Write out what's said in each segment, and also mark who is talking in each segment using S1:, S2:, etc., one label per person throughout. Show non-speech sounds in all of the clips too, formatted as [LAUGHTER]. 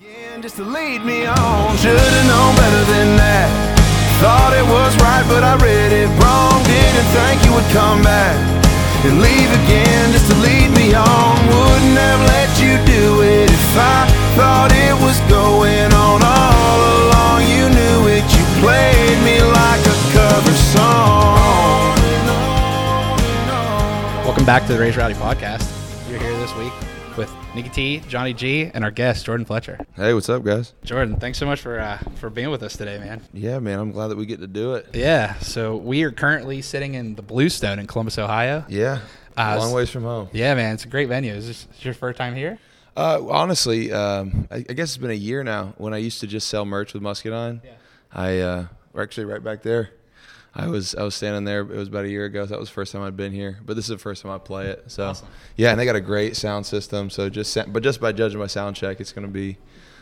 S1: something just to lead me on. Should have known better than that. Thought it was right, but I read it wrong. Didn't think you would come back and leave again just to lead me on. Wouldn't have let you do it if I thought it was going on all along. You knew it, you played me like a cover song.
S2: Welcome back to the Raise Rowdy podcast. You're here this week with Nikki T, Johnny G, and our guest Jordan Fletcher.
S1: Hey, what's up, guys?
S2: Jordan, thanks so much for uh, for being with us today, man.
S1: Yeah, man, I'm glad that we get to do it.
S2: Yeah, so we are currently sitting in the Bluestone in Columbus, Ohio.
S1: Yeah,
S2: Uh,
S1: long ways from home.
S2: Yeah, man, it's a great venue. Is this your first time here?
S1: Uh, honestly, um, I, I guess it's been a year now. When I used to just sell merch with Muscadine, I uh, we're actually right back there. I was I was standing there. It was about a year ago. So that was the first time I'd been here. But this is the first time I play it. So yeah, and they got a great sound system. So just sa- but just by judging my sound check, it's gonna be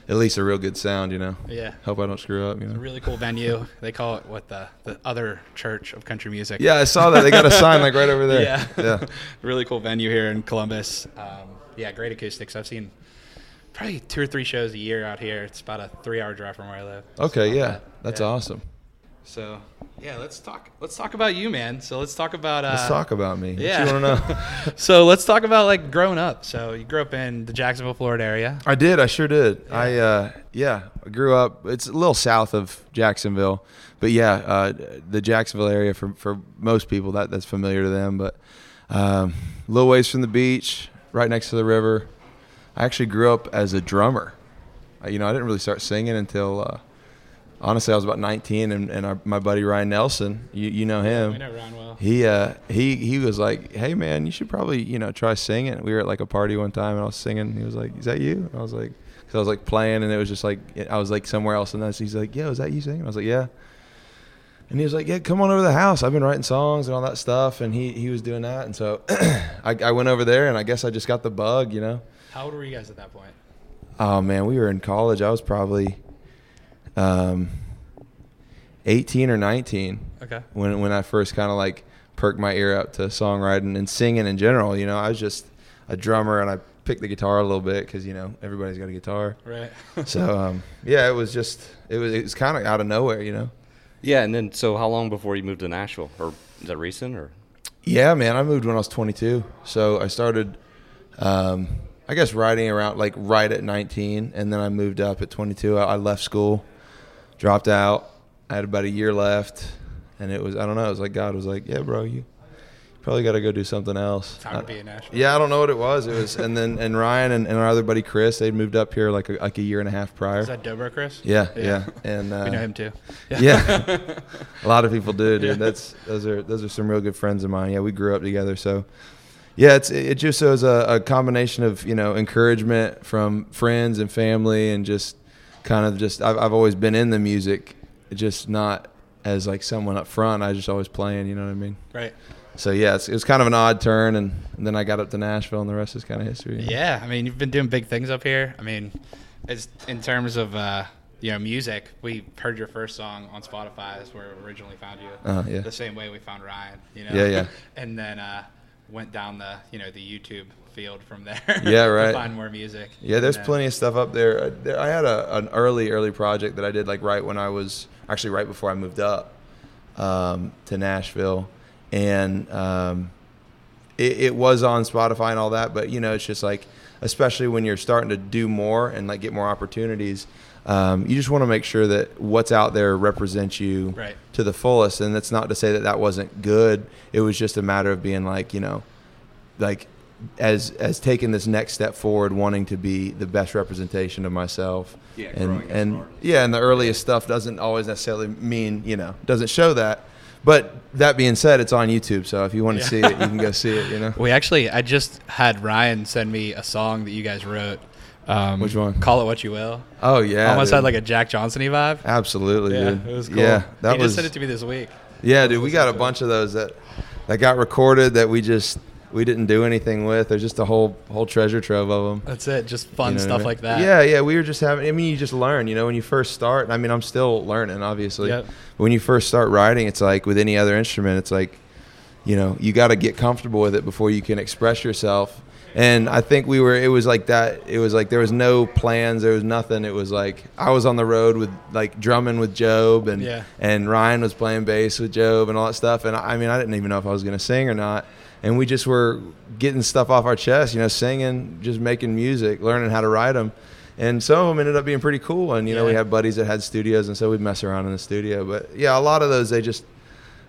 S1: at least a real good sound. You know.
S2: Yeah.
S1: Hope I don't screw up. You know.
S2: Really cool venue. They call it what the the other church of country music.
S1: Yeah, I saw that. They got a sign like right over there.
S2: [LAUGHS] yeah,
S1: Yeah.
S2: really cool venue here in Columbus. Um, yeah, great acoustics. I've seen probably two or three shows a year out here. It's about a three-hour drive from where I live.
S1: Okay. Yeah. That's
S2: Yeah.
S1: awesome.
S2: So yeah, let's talk. Let's talk about you, man. So let's talk about. Uh,
S1: Let's talk about me.
S2: yeah.
S1: What you
S2: [LAUGHS]
S1: want to know?
S2: so let's talk about like growing up. So you grew up in the Jacksonville, Florida area.
S1: I did. I sure did. I uh, yeah, I grew up. It's a little south of Jacksonville, but yeah, uh, the Jacksonville area for for most people that that's familiar to them. But um, a little ways from the beach, right next to the river. I actually grew up as a drummer. Uh, You know, I didn't really start singing until uh, honestly I was about 19, and, and our, my buddy Ryan Nelson, you you know him
S2: We know Ron well.
S1: he uh he he was like hey man you should probably you know try singing we were at like a party one time and i was singing and he was like is that you and i was like because i was like playing and it was just like i was like somewhere else and then he's like yeah is that you singing i was like yeah and he was like yeah come on over to the house i've been writing songs and all that stuff and he he was doing that and so [CLEARS THROAT] I, I went over there and i guess i just got the bug you know
S2: How old were you guys at that point?
S1: oh man we were in college i was probably um 18 or 19
S2: Okay.
S1: when when I first kind of like perked my ear up to songwriting and singing in general. You know, I was just a drummer and I picked the guitar a little bit because you know everybody's got a guitar.
S2: Right. [LAUGHS]
S1: So um, yeah, it was just it was it was kind of out of nowhere. You know.
S3: Yeah, and then so how long before you moved to Nashville, or is that recent, or
S1: Yeah, man, I moved when I was 22, so I started. Um, I guess writing around like right at 19, and then I moved up at 22. I, I left school, dropped out. I had about a year left, and it was I don't know. It was like God was like, "Yeah, bro, you probably got to go do something else."
S2: Time
S1: I-
S2: to be in Nashville.
S1: Yeah, I don't know what it was. It was, and then and Ryan and, and our other buddy Chris, they'd moved up here like a, like a year and a half prior.
S2: Is that Dobro, Chris?
S1: yeah, yeah, and uh,
S2: [LAUGHS] We know him too.
S1: yeah, a lot of people do, dude. That's those are those are some real good friends of mine. Yeah, we grew up together, so yeah, it's it just was a, a combination of you know encouragement from friends and family, and just kind of just I've I've always been in the music, just not as like someone up front. I was just always playing, you know what I mean?
S2: [LAUGHS] Right.
S1: So yeah, it's, it was kind of an odd turn, and, and then I got up to Nashville, and the rest is kind of history. you know?
S2: Yeah, I mean, you've been doing big things up here. I mean, it's in terms of uh, you know music. We heard your first song on Spotify. That's where we originally found you.
S1: Uh-huh, yeah.
S2: The same way we found Ryan. You know.
S1: Yeah, yeah.
S2: [LAUGHS] and then uh, went down the you know the YouTube field from there. [LAUGHS]
S1: Yeah, right.
S2: to find more music.
S1: Yeah, there's
S2: And then-
S1: plenty of stuff up there. Uh, there I had a, an early, early project that I did like right when I was actually right before I moved up um, to Nashville, and um, it, it was on Spotify and all that. But you know, it's just like, especially when you're starting to do more and like get more opportunities, um, you just want to make sure that what's out there represents you
S2: Right.
S1: to the fullest. And that's not to say that that wasn't good. It was just a matter of being like, you know, like as as taking this next step forward, wanting to be the best representation of myself.
S3: Yeah,
S1: and
S3: growing as an
S1: and
S3: artist.
S1: yeah, and the earliest stuff doesn't always necessarily mean you know doesn't show that. But that being said, it's on YouTube, so if you want to see it, you can go see it. You
S2: [LAUGHS]
S1: know.
S2: We actually, I just had Ryan send me a song that you guys wrote. Um,
S1: Which one?
S2: Call it what you will.
S1: Oh yeah,
S2: Almost
S1: dude.
S2: had like a Jack Johnsony vibe.
S1: absolutely,
S2: Yeah,
S1: dude.
S2: it was cool.
S1: Yeah, that
S2: he
S1: was
S2: just sent it to me this week.
S1: yeah, dude. We got a bunch of those that that got recorded that we just we didn't do anything with. There's just a whole whole treasure trove of them.
S2: That's it. Just fun
S1: You know what I
S2: stuff
S1: mean?
S2: like that.
S1: Yeah, yeah. We were just having. I mean, you just learn. You know, when you first start. I mean, I'm still learning, obviously.
S2: Yep.
S1: But when you first start writing, it's like with any other instrument. It's like, you know, you got to get comfortable with it before you can express yourself. and I think we were. It was like that. It was like there was no plans. There was nothing. It was like I was on the road with like drumming with Job, and
S2: Yeah.
S1: and Ryan was playing bass with Job and all that stuff. And I, I mean, I didn't even know if I was gonna sing or not. And we just were getting stuff off our chest, you know, singing, just making music, learning how to write them. And some of them ended up being pretty cool. And you know, we
S2: Yeah.
S1: had buddies that had studios, and so we'd mess around in the studio. But yeah, a lot of those they just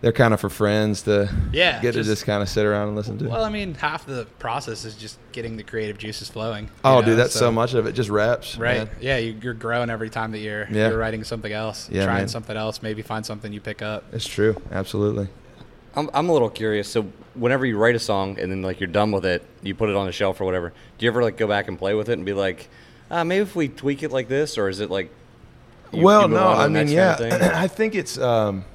S1: they're kind of for friends to
S2: Yeah,
S1: get
S2: just-
S1: to just kind of sit around and listen to.
S2: Well, I mean, half the process is just getting the creative juices flowing. you
S1: oh,
S2: know,
S1: dude, that's so, much of it. Just reps,
S2: Right.
S1: man.
S2: Yeah, you, you're growing every time that you're
S1: Yeah.
S2: you're writing something else,
S1: Yeah,
S2: trying
S1: man.
S2: something else, maybe find something you pick up.
S1: It's true, absolutely.
S3: I'm, I'm a little curious. So whenever you write a song and then like you're done with it, you put it on the shelf or whatever. Do you ever like go back and play with it and be like, uh, maybe if we tweak it like this, or is it like? you-
S1: well,
S3: you move
S1: no,
S3: on to
S1: I
S3: the
S1: mean,
S3: next
S1: yeah,
S3: kind
S1: [COUGHS]
S3: of thing?
S1: [CLEARS THROAT] I think it's um,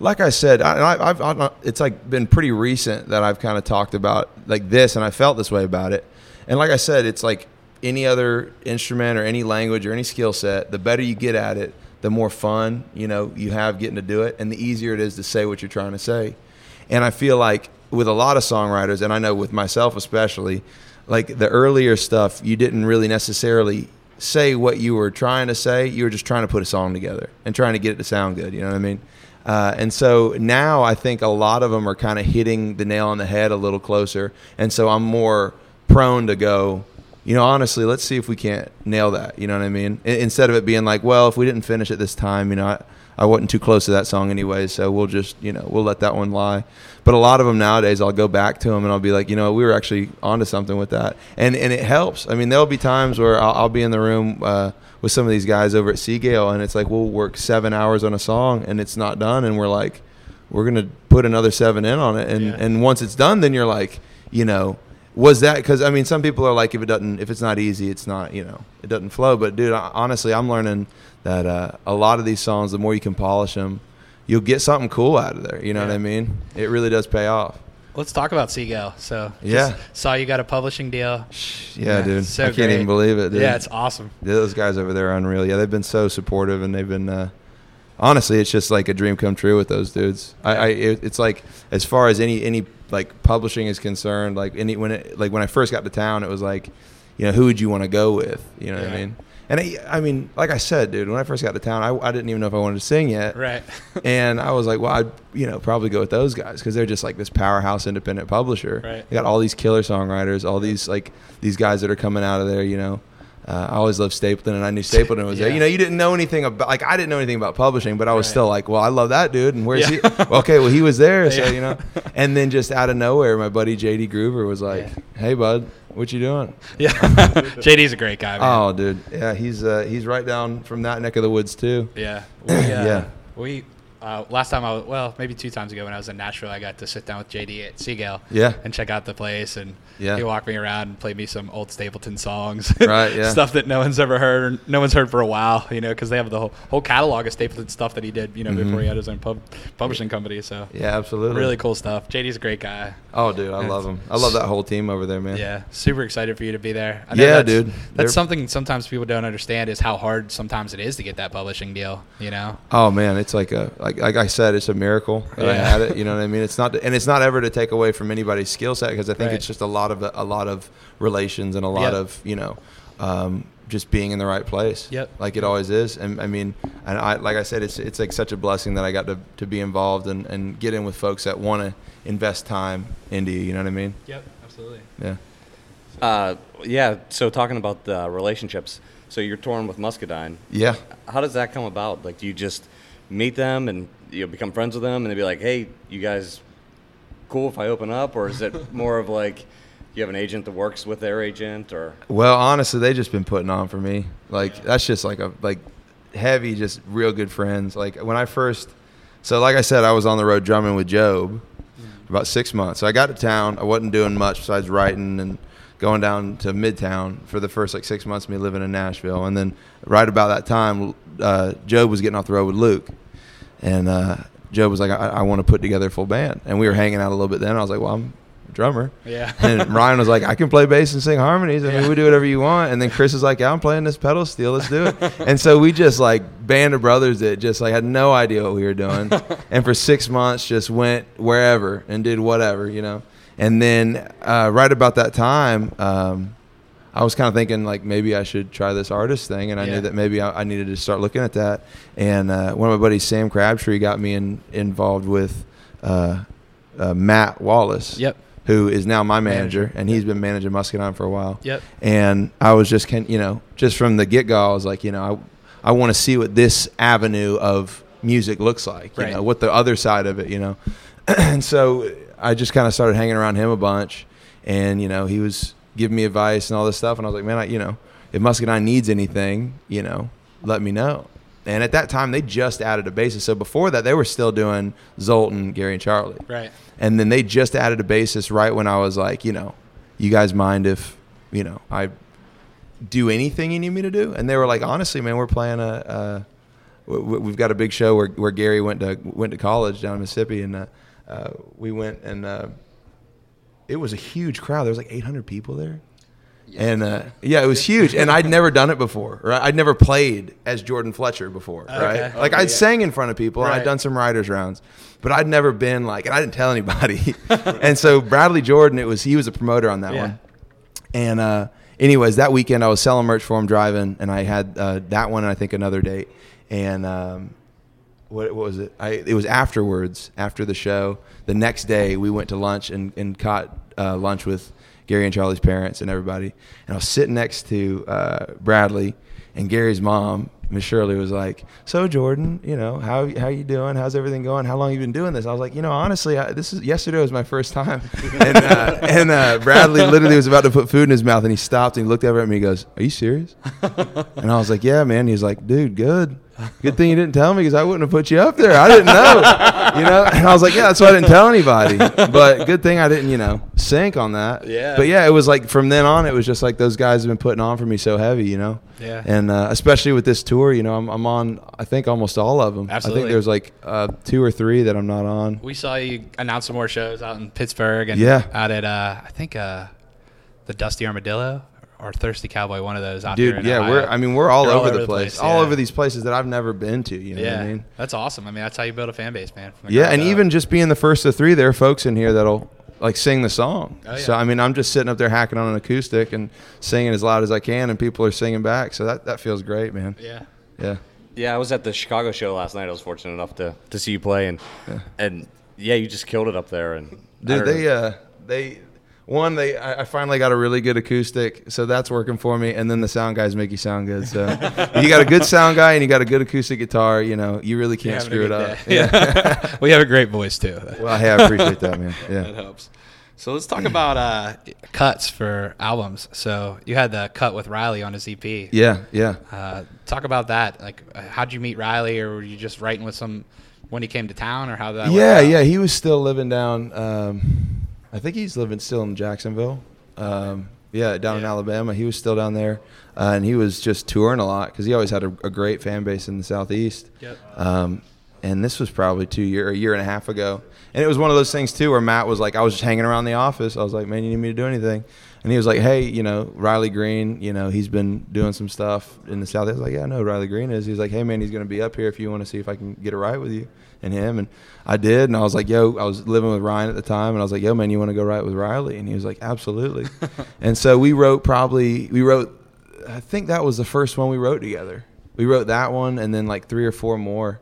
S1: like I said, I, and I, I've, I've it's like been pretty recent that I've kind of talked about like this, and I felt this way about it. And like I said, it's like any other instrument or any language or any skill set. The better you get at it, the more fun you know you have getting to do it, and the easier it is to say what you're trying to say. And I feel like with a lot of songwriters, and I know with myself especially, like the earlier stuff, you didn't really necessarily say what you were trying to say. You were just trying to put a song together and trying to get it to sound good. You know what I mean? Uh, and so now I think a lot of them are kind of hitting the nail on the head a little closer. And so I'm more prone to go, you know, honestly, let's see if we can't nail that. You know what I mean? I- instead of it being like, well, if we didn't finish it this time, you know, I, I wasn't too close to that song anyway, so we'll just, you know, we'll let that one lie. But a lot of them nowadays, I'll go back to them and I'll be like, you know, we were actually onto something with that, and and it helps. I mean, there'll be times where I'll, I'll be in the room uh, with some of these guys over at Seagale, and it's like we'll work seven hours on a song and it's not done, and we're like, we're gonna put another seven in on it, and
S2: Yeah.
S1: and once it's done, then you're like, you know, was that because I mean, some people are like, if it doesn't, if it's not easy, it's not, you know, it doesn't flow. But dude, I, honestly, I'm learning that uh, a lot of these songs, the more you can polish them, you'll get something cool out of there. You know what
S2: Yeah.
S1: I mean? It really does pay off.
S2: Let's talk about Seagull. So
S1: Yeah.
S2: just saw you got a publishing deal.
S1: Yeah, dude,
S2: so
S1: I can't
S2: great.
S1: even believe it. Dude.
S2: Yeah, it's awesome.
S1: Yeah, those guys over there are unreal. Yeah, they've been so supportive, and they've been uh, honestly, it's just like a dream come true with those dudes. I, I it, it's like as far as any any like publishing is concerned, like any when it, like when I first got to town, it was like, you know, who would you want to go with? You know what I
S2: Yeah.
S1: mean? And I, I mean, like I said, dude, when I first got to town, I, I didn't even know if I wanted to sing yet.
S2: Right. [LAUGHS]
S1: And I was like, well, I'd, you know, probably go with those guys because they're just like this powerhouse independent publisher.
S2: Right.
S1: They got all these killer songwriters, all these like these guys that are coming out of there, you know. Uh, I always loved Stapleton, and I knew Stapleton was there.
S2: Yeah.
S1: You know, you didn't know anything about like I didn't know anything about publishing, but I was
S2: Right.
S1: still like, well, I love that dude, and where's
S2: Yeah.
S1: he? Okay, well, he was there, so
S2: Yeah.
S1: you know. And then just out of nowhere, my buddy JD Groover was like,
S2: Yeah.
S1: "Hey, bud, what you doing?"
S2: yeah. [LAUGHS] JD's a great guy. Man.
S1: Oh, dude, yeah, he's uh, he's right down from that neck of the woods too.
S2: Yeah. We, uh,
S1: Yeah.
S2: We uh, last time I was well, maybe two times ago when I was in Nashville, I got to sit down with JD at Seagull.
S1: Yeah.
S2: And check out the place, and
S1: Yeah.
S2: he walked me around and played me some old Stapleton songs.
S1: [LAUGHS] Right, yeah.
S2: stuff that no one's ever heard, or no one's heard for a while. You know, because they have the whole whole catalog of Stapleton stuff that he did. You know, before he had his own pub, publishing company. So.
S1: Mm-hmm. Yeah, absolutely.
S2: Really cool stuff. JD's a great guy.
S1: Oh, dude, I love them. I love that whole team over there, man.
S2: Yeah, super excited for you to be there. I
S1: Yeah,
S2: that's,
S1: dude.
S2: That's
S1: They're-
S2: something sometimes people don't understand is how hard sometimes it is to get that publishing deal. You know,
S1: Oh man, it's like a like like I said, it's a miracle that I
S2: Yeah.
S1: had it. You know what I mean? It's not and it's not ever to take away from anybody's skill set because I think
S2: Right.
S1: it's just a lot of a lot of relations and a lot
S2: Yep.
S1: of you know um, just being in the right place.
S2: Yep.
S1: Like it always is. And I mean, and I like I said, it's it's like such a blessing that I got to to be involved and and get in with folks that want to invest time into you. You know what I mean?
S2: Yep, absolutely.
S1: Yeah.
S3: Uh, yeah. So talking about the relationships, so you're torn with Muscadine.
S1: Yeah.
S3: How does that come about? Like, do you just meet them and you know, become friends with them, and they be like, "Hey, you guys, cool if I open up," or is [LAUGHS] it more of like you have an agent that works with their agent, or
S1: Well, honestly, they just been putting on for me. Like that's just like a like heavy, just real good friends. Like when I first, so like I said, I was on the road drumming with Job for about six months. So I got to town. I wasn't doing much besides writing and going down to Midtown for the first like six months of me living in Nashville. And then right about that time, uh, Job was getting off the road with Luke, and uh, Job was like, I, I want to put together a full band. And we were hanging out a little bit then. I was like, well, I'm a drummer.
S2: Yeah.
S1: [LAUGHS] And Ryan was like, I can play bass and sing harmonies. I mean,
S2: Yeah.
S1: we do whatever you want. And then Chris is like, yeah, I'm playing this pedal steel. Let's do it. and so we just like band of brothers that just like had no idea what we were doing. and for six months, just went wherever and did whatever, you know. And then uh, right about that time, um, I was kind of thinking like maybe I should try this artist thing, and I
S2: Yeah.
S1: knew that maybe I, I needed to start looking at that. And uh, one of my buddies, Sam Crabtree, got me in, involved with uh, uh, Matt Wallace,
S2: Yep.
S1: who is now my manager,
S2: Manager.
S1: and he's been managing Muscadine for a while.
S2: Yep.
S1: And I was just can you know just from the get go, I was like you know I I want to see what this avenue of music looks like, you
S2: Right.
S1: know, what the other side of it, you know. [CLEARS THROAT] and so I just kind of started hanging around him a bunch, and you know he was giving me advice and all this stuff, and I was like, man, I you know if Muscadine needs anything, you know, let me know. And at that time, they just added a bassist. So before that, they were still doing Zoltan, Gary, and Charlie.
S2: Right.
S1: And then they just added a bassist right when I was like, you know, you guys mind if, you know, I do anything you need me to do? And they were like, honestly, man, we're playing a, a w- w- we've got a big show where, where Gary went to went to college down in Mississippi, and uh, uh, we went and uh, it was a huge crowd. There was like 800 people there. And uh, yeah, it was huge, and I'd never done it before. Right, I'd never played as Jordan Fletcher before. Right,
S2: Okay.
S1: like
S2: Okay,
S1: I
S2: yeah.
S1: sang in front of people, and
S2: Right.
S1: I'd done some writers rounds, but I'd never been like, and I didn't tell anybody. [LAUGHS] and so Bradley Jordan, it was he was a promoter on that
S2: Yeah.
S1: one. And uh, anyways, that weekend I was selling merch for him driving, and I had uh, that one and I think another date. And um, what, what was it? I, it was afterwards, after the show. The next day we went to lunch and, and caught uh, lunch with Gary and Charlie's parents and everybody. And I was sitting next to uh, Bradley and Gary's mom. Miss Shirley was like, "So Jordan, you know how how you doing? How's everything going? How long you been doing this?" I was like, "You know, honestly, I, this is yesterday was my first time." [LAUGHS] And uh, and uh, Bradley literally was about to put food in his mouth, and he stopped and he looked over at me. and goes, "Are you serious?" And I was like, "Yeah, man." He's like, "Dude, good. Good thing you didn't tell me because I wouldn't have put you up there. I didn't know, you know." [LAUGHS] And I was like, "Yeah, that's why I didn't tell anybody." But good thing I didn't, you know, sink on that.
S2: Yeah.
S1: But yeah, it was like from then on, it was just like those guys have been putting on for me so heavy, you know.
S2: Yeah.
S1: And uh, especially with this tour, you know, I'm, I'm on. I think almost all of them. I
S2: Absolutely.
S1: think there's like uh, two or three that I'm not on.
S2: We saw you announce some more shows out in Pittsburgh and
S1: Yeah.
S2: out at uh, I think uh, the Dusty Armadillo or Thirsty Cowboy, one of those out here.
S1: Dude,
S2: in
S1: yeah,
S2: Ohio.
S1: we're. I mean, we're all
S2: They're
S1: over the, place, all
S2: yeah.
S1: over these places that I've never been to. You know
S2: Yeah,
S1: what I mean?
S2: that's awesome. I mean, that's how you build a fan base, man. from the
S1: Yeah,
S2: ground
S1: and
S2: up.
S1: even just being the first of three, there are folks in here that'll like sing the song.
S2: Oh, yeah.
S1: So I mean, I'm just sitting up there hacking on an acoustic and singing as loud as I can, and people are singing back. So that, that feels great, man.
S2: yeah,
S1: Yeah,
S3: Yeah, I was at the Chicago show last night. I was fortunate enough to, to see you play, and and yeah, you just killed it up there. And I
S1: dude,
S3: don't
S1: they
S3: know.
S1: uh they one they I, I finally got a really good acoustic, so that's working for me. And then the sound guys make you sound good. So
S2: [LAUGHS]
S1: you got a good sound guy and you got a good acoustic guitar. You know, you really can't
S2: Having
S1: screw
S2: a
S1: it
S2: good
S1: up.
S2: day. [LAUGHS] Yeah, we have a great voice too.
S1: [LAUGHS] Well, hey, I appreciate that, man.
S2: [LAUGHS] That
S1: Yeah.
S2: helps. So let's talk about uh, cuts for albums. So you had the cut with Riley on his E EP.
S1: Yeah, yeah.
S2: Uh, talk about that. Like, uh, how'd you meet Riley, or were you just writing with some when he came to town, or how that? worked
S1: yeah
S2: out?
S1: yeah he was still living down um, i think he's living still in jacksonville um, yeah down in
S2: Yeah.
S1: alabama he was still down there uh, and he was just touring a lot because he always had a, a great fan base in the southeast
S2: Yep.
S1: um, and this was probably two year a year and a half ago and it was one of those things too where matt was like i was just hanging around the office i was like man you need me to do anything and he was like hey you know riley green you know he's been doing some stuff in the southeast I was like yeah i know who riley green is he's like hey man he's going to be up here if you want to see if i can get a ride with you and him and i did and i was like yo i was living with ryan at the time and i was like yo man you want to go ride with riley and he was like absolutely and so we wrote probably we wrote I think that was the first one we wrote together. We wrote that one and then like three or four more,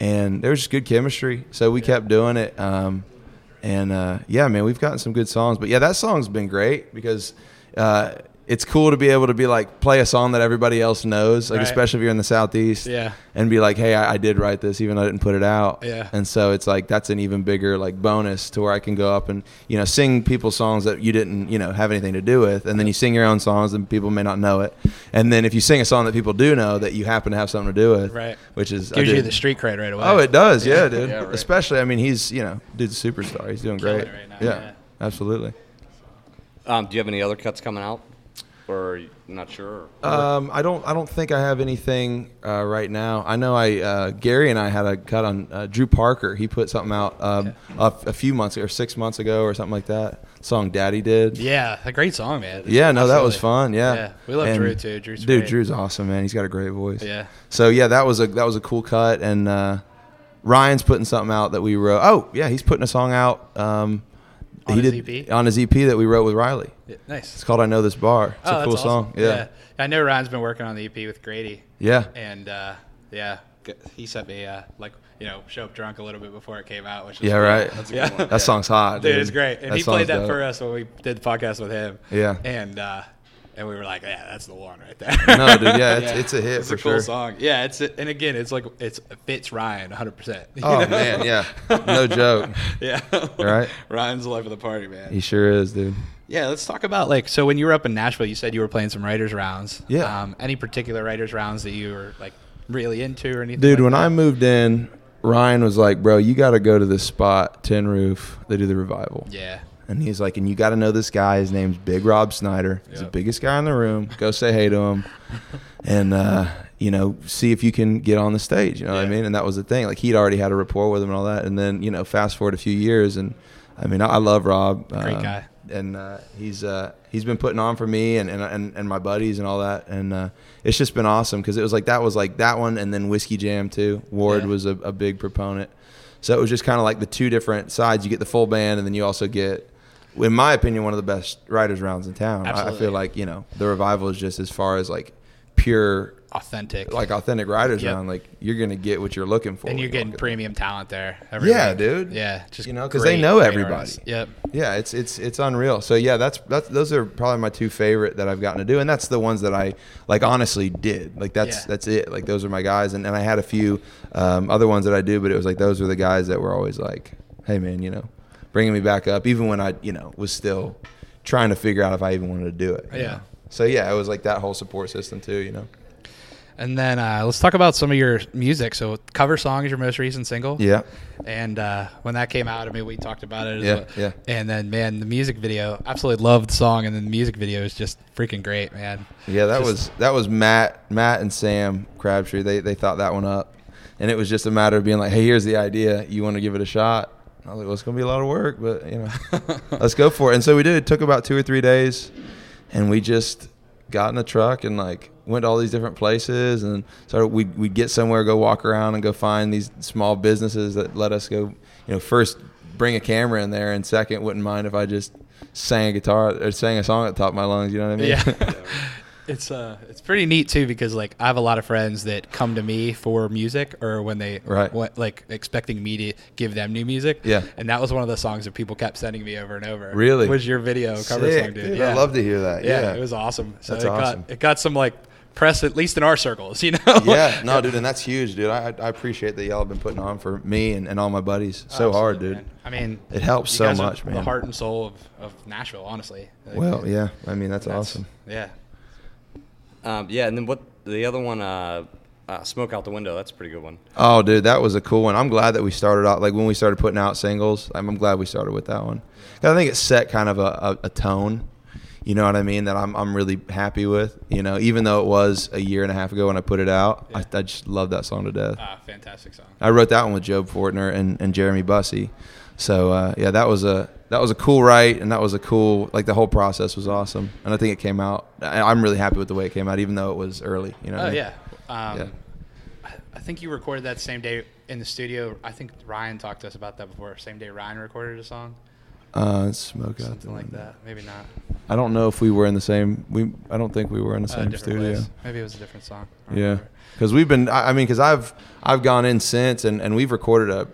S1: and there was just good chemistry. So we kept doing it. Um, and uh, yeah, man, we've gotten some good songs. But yeah, that song's been great because uh, it's cool to be able to be like play a song that everybody else knows, like
S2: Right.
S1: especially if you're in the southeast.
S2: Yeah.
S1: And be like, hey, I, I did write this, even though I didn't put it out.
S2: Yeah.
S1: And so it's like that's an even bigger like bonus to where I can go up and you know sing people's songs that you didn't you know have anything to do with, and then you sing your own songs and people may not know it, and then if you sing a song that people do know that you happen to have something to do with,
S2: Right.
S1: Which is I
S2: gives you
S1: did.
S2: the street cred right away.
S1: Oh, it does, yeah, dude.
S3: Yeah, right.
S1: Especially, I mean, he's you know, dude's a superstar. He's doing
S2: Killing
S1: great.
S2: it right now,
S1: yeah,
S2: yeah.
S1: absolutely.
S3: Um, do you have any other cuts coming out, or are you not sure?
S1: Um, I don't. I don't think I have anything uh, right now. I know I uh, Gary and I had a cut on uh, Drew Parker. He put something out um, a, a few months ago, or six months ago, or something like that. Song Daddy did.
S2: Yeah, a great song, man.
S1: Yeah, no, that was
S2: Absolutely.
S1: fun. Yeah,
S2: we love
S1: And-
S2: Drew too. Drew's
S1: dude.
S2: great.
S1: Drew's awesome, man. He's got a great voice.
S2: Yeah.
S1: So yeah, that was a that was a cool cut, and uh, Ryan's putting something out that we wrote. Oh yeah, he's putting a song out um,
S2: On
S1: he
S2: his
S1: did
S2: EP?
S1: on his EP that we wrote with Riley.
S2: Yeah,
S1: It's
S2: nice.
S1: called "I Know This Bar." It's
S2: Oh,
S1: a
S2: that's
S1: cool
S2: awesome.
S1: song. Yeah,
S2: I know Ryan's been working on the EP with Grady,
S1: yeah,
S2: and uh, yeah, g- he sent me uh, like you know show up drunk a little bit before it came out, which is
S1: yeah.
S2: cool.
S1: Right.
S2: Yeah.
S1: That song's hot.
S2: Dude, it's great. And he
S1: song's
S2: played that
S1: dope.
S2: for us when we did the podcast with him.
S1: Yeah.
S2: And uh, and we were like, yeah, that's the one right there.
S1: No, dude, yeah,
S2: [LAUGHS]
S1: it's- it's a hit
S2: It's
S1: for
S2: a cool
S1: sure.
S2: song. Yeah, it's and again, it's like it's it fits Ryan 100. percent [LAUGHS]
S1: Oh [LAUGHS] man, yeah, no joke.
S2: Yeah.
S1: Right.
S2: [LAUGHS] Ryan's the life of the party, man.
S1: He sure is, dude.
S2: Yeah, let's talk about like so when you were up in Nashville, you said you were playing some writers rounds.
S1: Yeah.
S2: Um, any particular writers rounds that you were like really into or anything?
S1: Dude,
S2: like
S1: when
S2: that?
S1: I moved in, Ryan was like, "Bro, you got to go to this spot, Tin Roof. They do the revival."
S2: yeah.
S1: And he's like, and you got to know this guy. His name's Big Rob Snyder. He's the
S2: Yep.
S1: biggest guy in the room. Go say hey to him, and uh, you know, see if you can get on the stage. You know what I
S2: Yeah.
S1: mean? And that was the thing. Like he'd already had a rapport with him and all that. And then you know, fast forward a few years, and I mean, I, I love Rob.
S2: Great
S1: um,
S2: guy.
S1: And uh, he's uh, he's been putting on for me and and, and, and my buddies and all that. And uh, it's just been awesome because it was like that was like that one, and then Whiskey Jam too. Ward
S2: Yeah.
S1: was a, a big proponent. So it was just kind of like the two different sides. You get the full band, and then you also get, in my opinion, one of the best writers rounds in town. I, I
S2: Absolutely.
S1: feel like you know the revival is just as far as like pure,
S2: Authentic.
S1: like authentic writers
S2: Yep.
S1: round. Like you're gonna get what you're looking for.
S2: and
S1: when
S2: you're
S1: you
S2: getting
S1: walk in.
S2: premium talent there. every
S1: Yeah,
S2: week.
S1: dude.
S2: Yeah, just
S1: You know, 'cause they
S2: great,
S1: know
S2: great
S1: everybody.
S2: artists. Yep.
S1: Yeah, it's it's it's unreal. So yeah, that's that's those are probably my two favorite that I've gotten to do, and that's the ones that I like honestly did. Like that's
S2: Yeah.
S1: that's it. Like those are my guys, and, and I had a few um, other ones that I do, but it was like those were the guys that were always like, hey man, you know, bringing me back up, even when I you know was still trying to figure out if I even wanted to do it. you
S2: Yeah.
S1: know? So yeah, it was like that whole support system too. You know.
S2: And then uh, let's talk about some of your music. So, cover song is your most recent single.
S1: Yeah.
S2: And uh, when that came out, I mean, we talked about it. As
S1: Yeah,
S2: well.
S1: yeah.
S2: And then, man, the music video, absolutely loved the song, and then the music video is just freaking great, man.
S1: Yeah, that
S2: Just-
S1: was that was Matt Matt and Sam Crabtree. They they thought that one up, and it was just a matter of being like, "Hey, here's the idea. You want to give it a shot?" And I was like, "Well, it's gonna be a lot of work, but you
S2: [LAUGHS]
S1: know, let's go for it." And so we did. It took about two or three days, and we just got in the truck and like went to all these different places and started. We we'd get somewhere, go walk around, and go find these small businesses that let us go. You know, first bring a camera in there, and second, wouldn't mind if I just sang a guitar or sang a song at the top of my lungs. You know what I mean? [LAUGHS]
S2: yeah. [LAUGHS] It's uh, it's pretty neat too because like I have a lot of friends that come to me for music or when they
S1: Right.
S2: what, like expecting me to give them new music.
S1: Yeah.
S2: and that was one of the songs that people kept sending me over and over.
S1: Really?
S2: was your video cover
S1: Sick,
S2: song, dude?
S1: dude.
S2: yeah,
S1: I love to hear that.
S2: Yeah,
S1: Yeah, [LAUGHS]
S2: it was awesome. So
S1: That's
S2: it
S1: awesome.
S2: got it got some like press at least in our circles, [LAUGHS] you know.
S1: yeah, no, dude, and that's huge, dude. I, I appreciate that y'all have been putting on for me and, and all my buddies so hard,
S2: Absolutely,
S1: dude.
S2: man. I mean,
S1: It helps
S2: you
S1: so
S2: guys are
S1: much, man.
S2: The heart and soul of, of Nashville, honestly. Like,
S1: Well, yeah, I mean that's,
S2: that's-
S1: awesome.
S2: Yeah.
S3: Um, yeah, and then what the other one? Uh, uh, Smoke out the window. That's a pretty good one.
S1: Oh, dude, that was a cool one. I'm glad that we started out like when we started putting out singles. I'm, I'm glad we started with that one. 'Cause I think it set kind of a, a, a tone. You know what I mean? That I'm I'm really happy with. You know, even though it was a year and a half ago when I put it out, I, I just love that song to death.
S2: Ah, fantastic song.
S1: I wrote that one with Job Fortner and, and Jeremy Bussey. So uh, yeah, that was a that was a cool write, and that was a cool like the whole process was awesome, and I think it came out. I, I'm really happy with the way it came out, even though it was early. You know. what I
S2: Oh
S1: mean?
S2: yeah. Um,
S1: Yeah.
S2: I- I think you recorded that same day in the studio. I think Ryan talked to us about that before. Same day Ryan recorded a song,
S1: Uh, smoke out the
S2: something like
S1: window.
S2: that. Maybe not.
S1: I don't know if we were in the same. We I don't think we were in the
S2: Uh,
S1: same
S2: different
S1: studio.
S2: place. Maybe it was a different song. I don't
S1: Yeah,
S2: remember.
S1: because we've been. I I mean, because I've I've gone in since, and, and we've recorded a,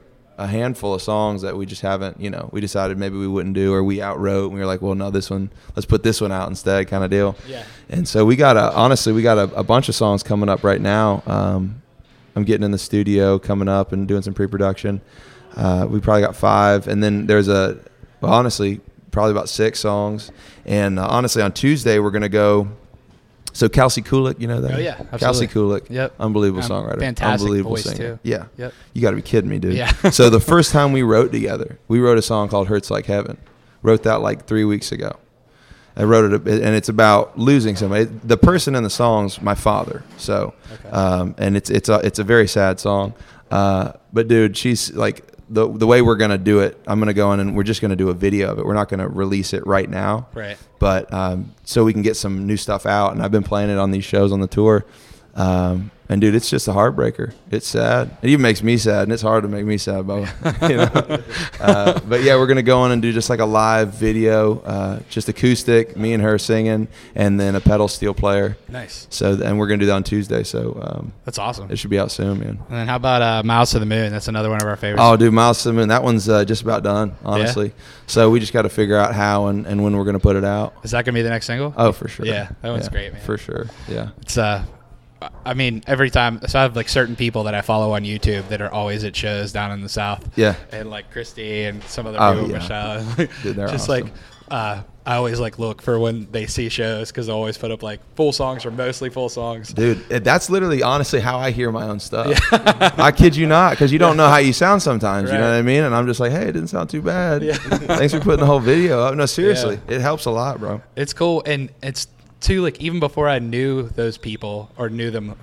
S1: a handful of songs that we just haven't. You know, we decided maybe we wouldn't do, or we outwrote, and we were like, well, no, this one, let's put this one out instead, kind of deal.
S2: Yeah.
S1: And so we got a honestly, we got a, a bunch of songs coming up right now. Um, I'm getting in the studio, coming up and doing some pre-production. Uh, we probably got five, and then there's a well, honestly probably about six songs. And uh, honestly, on Tuesday we're gonna go. So Kelsey Kulik, you know that?
S2: Oh, yeah,
S1: Kelsey
S2: absolutely.
S1: Kulik.
S2: Yep.
S1: Unbelievable
S2: Um,
S1: songwriter.
S2: fantastic
S1: Unbelievable
S2: voice,
S1: singer.
S2: too.
S1: Yeah.
S2: Yep.
S1: You got to be kidding me, dude.
S2: Yeah.
S1: [LAUGHS] so the first time we wrote together, we wrote a song called "Hurts Like Heaven." Wrote that like three weeks ago. I wrote it, and it's about losing somebody. The person in the song's my father, so, um, and it's it's a it's a very sad song. Uh, but dude, she's like the the way we're gonna do it. I'm gonna go in and we're just gonna do a video of it. We're not gonna release it right now,
S2: Right.
S1: But um, so we can get some new stuff out, and I've been playing it on these shows on the tour. Um, And dude, it's just a heartbreaker. It's sad. It even makes me sad, and it's hard to make me sad, Bubba. [LAUGHS] you know? uh, but yeah, we're gonna go in and do just like a live video, uh, just acoustic, me and her singing, and then a pedal steel player.
S2: Nice.
S1: So, and we're gonna do that on Tuesday. So um,
S2: That's awesome.
S1: it should be out soon, man.
S2: And then how about uh, Miles to the Moon? That's another one of our favorites.
S1: Oh, dude, Miles Simon, that one's uh, just about done, honestly. So we just got to figure out how and, and when we're gonna put it out.
S2: Is that gonna be the next single?
S1: Oh, for sure.
S2: Yeah, that one's
S1: Yeah,
S2: great, man.
S1: For sure. Yeah.
S2: It's uh, I mean, every time. So I have like certain people that I follow on YouTube that are always at shows down in the South.
S1: Yeah.
S2: And like Christy and some other
S1: Oh,
S2: people,
S1: yeah.
S2: Michelle. [LAUGHS]
S1: Dude, they're
S2: just
S1: awesome.
S2: like, uh, I always like look for when they see shows because they always put up like full songs or mostly full songs.
S1: Dude, it- that's literally honestly how I hear my own stuff. I kid you not, because you don't know how you sound sometimes. You know
S2: Right.
S1: what I mean? And I'm just like, hey, it didn't sound too bad.
S2: Yeah.
S1: Thanks for putting the whole video up. No, seriously, it helps a lot, bro.
S2: It's cool, and it's too like even before I knew those people or knew them,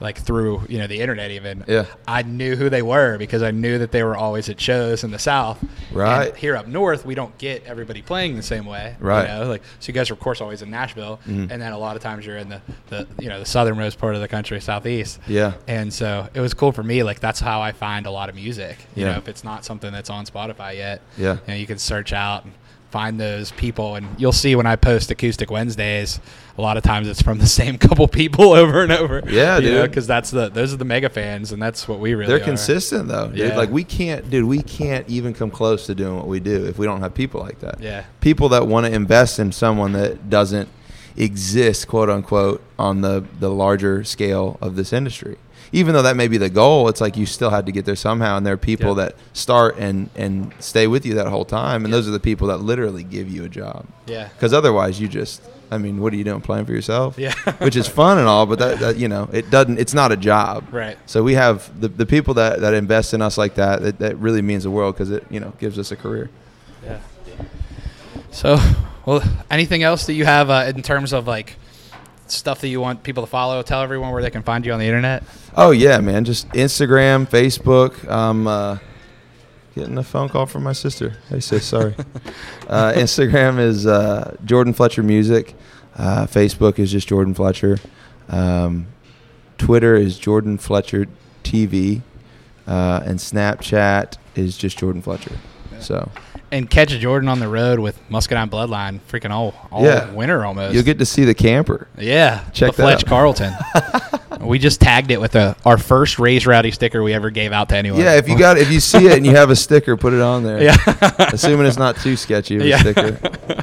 S2: like through you know the internet even.
S1: Yeah.
S2: I knew who they were because I knew that they were always at shows in the South.
S1: Right.
S2: And here up north, we don't get everybody playing the same way.
S1: Right. Mm-hmm.
S2: You know, like so you guys are of course always in Nashville, and then a lot of times you're in the the you know the southernmost part of the country, southeast.
S1: Yeah.
S2: And so it was cool for me. Like that's how I find a lot of music. You
S1: Yeah.
S2: know, if it's not something that's on Spotify yet.
S1: Yeah.
S2: You know, you can search out and find those people, and you'll see when I post Acoustic Wednesdays. A lot of times it's from the [LAUGHS] same couple people [LAUGHS] over and over.
S1: Yeah, dude.
S2: Because that's the those are the mega fans, and that's what we really
S1: They're
S2: are.
S1: consistent though, dude.
S2: Yeah.
S1: Like we can't, dude. We can't even come close to doing what we do if we don't have people like that.
S2: Yeah.
S1: people that want to invest in someone that doesn't exist, quote unquote, on the the larger scale of this industry. Even though that may be the goal, it's like you still had to get there somehow, and there are people
S2: Yeah.
S1: that start and and stay with you that whole time, and
S2: Yeah.
S1: those are the people that literally give you a job.
S2: Yeah.
S1: Because otherwise, you just, I mean, what are you doing playing for yourself?
S2: Yeah.
S1: [LAUGHS] Which is fun and all, but that, that you know, it doesn't. It's not a job.
S2: Right.
S1: So we have the, the people that, that invest in us like that. That, that really means the world because it you know gives us a career.
S2: Yeah. So, well, anything else that you have uh, in terms of like stuff that you want people to follow? Tell everyone where they can find you on the internet.
S1: Oh yeah, man. Just Instagram, Facebook. Um, uh, getting a phone call from my sister. They say
S2: [LAUGHS]
S1: sorry. uh, Instagram is uh, Jordan Fletcher Music. Uh, Facebook is just Jordan Fletcher. Um, Twitter is Jordan Fletcher TV, uh, and Snapchat is just Jordan Fletcher. So
S2: and catch Jordan on the road with Muscadine Bloodline, freaking all all
S1: Yeah.
S2: winter almost.
S1: you'll get to see the camper.
S2: yeah,
S1: Check
S2: the
S1: that
S2: Fletch
S1: out. [LAUGHS]
S2: Carlton. we just tagged it with a, our first Raise Rowdy sticker we ever gave out to anyone.
S1: Yeah, if you got if you see it and you have a sticker, put it on there.
S2: [LAUGHS] yeah,
S1: [LAUGHS] Assuming it's not too sketchy of a
S2: [LAUGHS] Yeah.
S1: sticker. You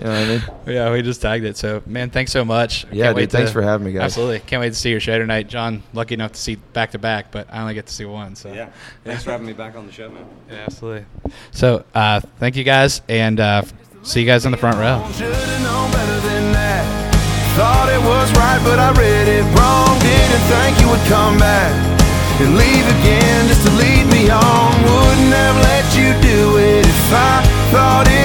S1: know what I mean?
S2: yeah, we just tagged it. So man, thanks so much.
S1: Yeah, dude, thanks for having me, guys.
S2: Absolutely, can't wait to see your show tonight, John. Lucky enough to see back to back, but I only get to see one. So
S3: Yeah. Thanks for having me back on the show, man.
S2: Yeah, absolutely. So uh, thank you guys, and uh, see you guys in the front row.
S4: Should've known better than that. Thought it was right, but I read it wrong. Didn't think you would come back and leave again just to lead me on. Wouldn't have let you do it if I thought it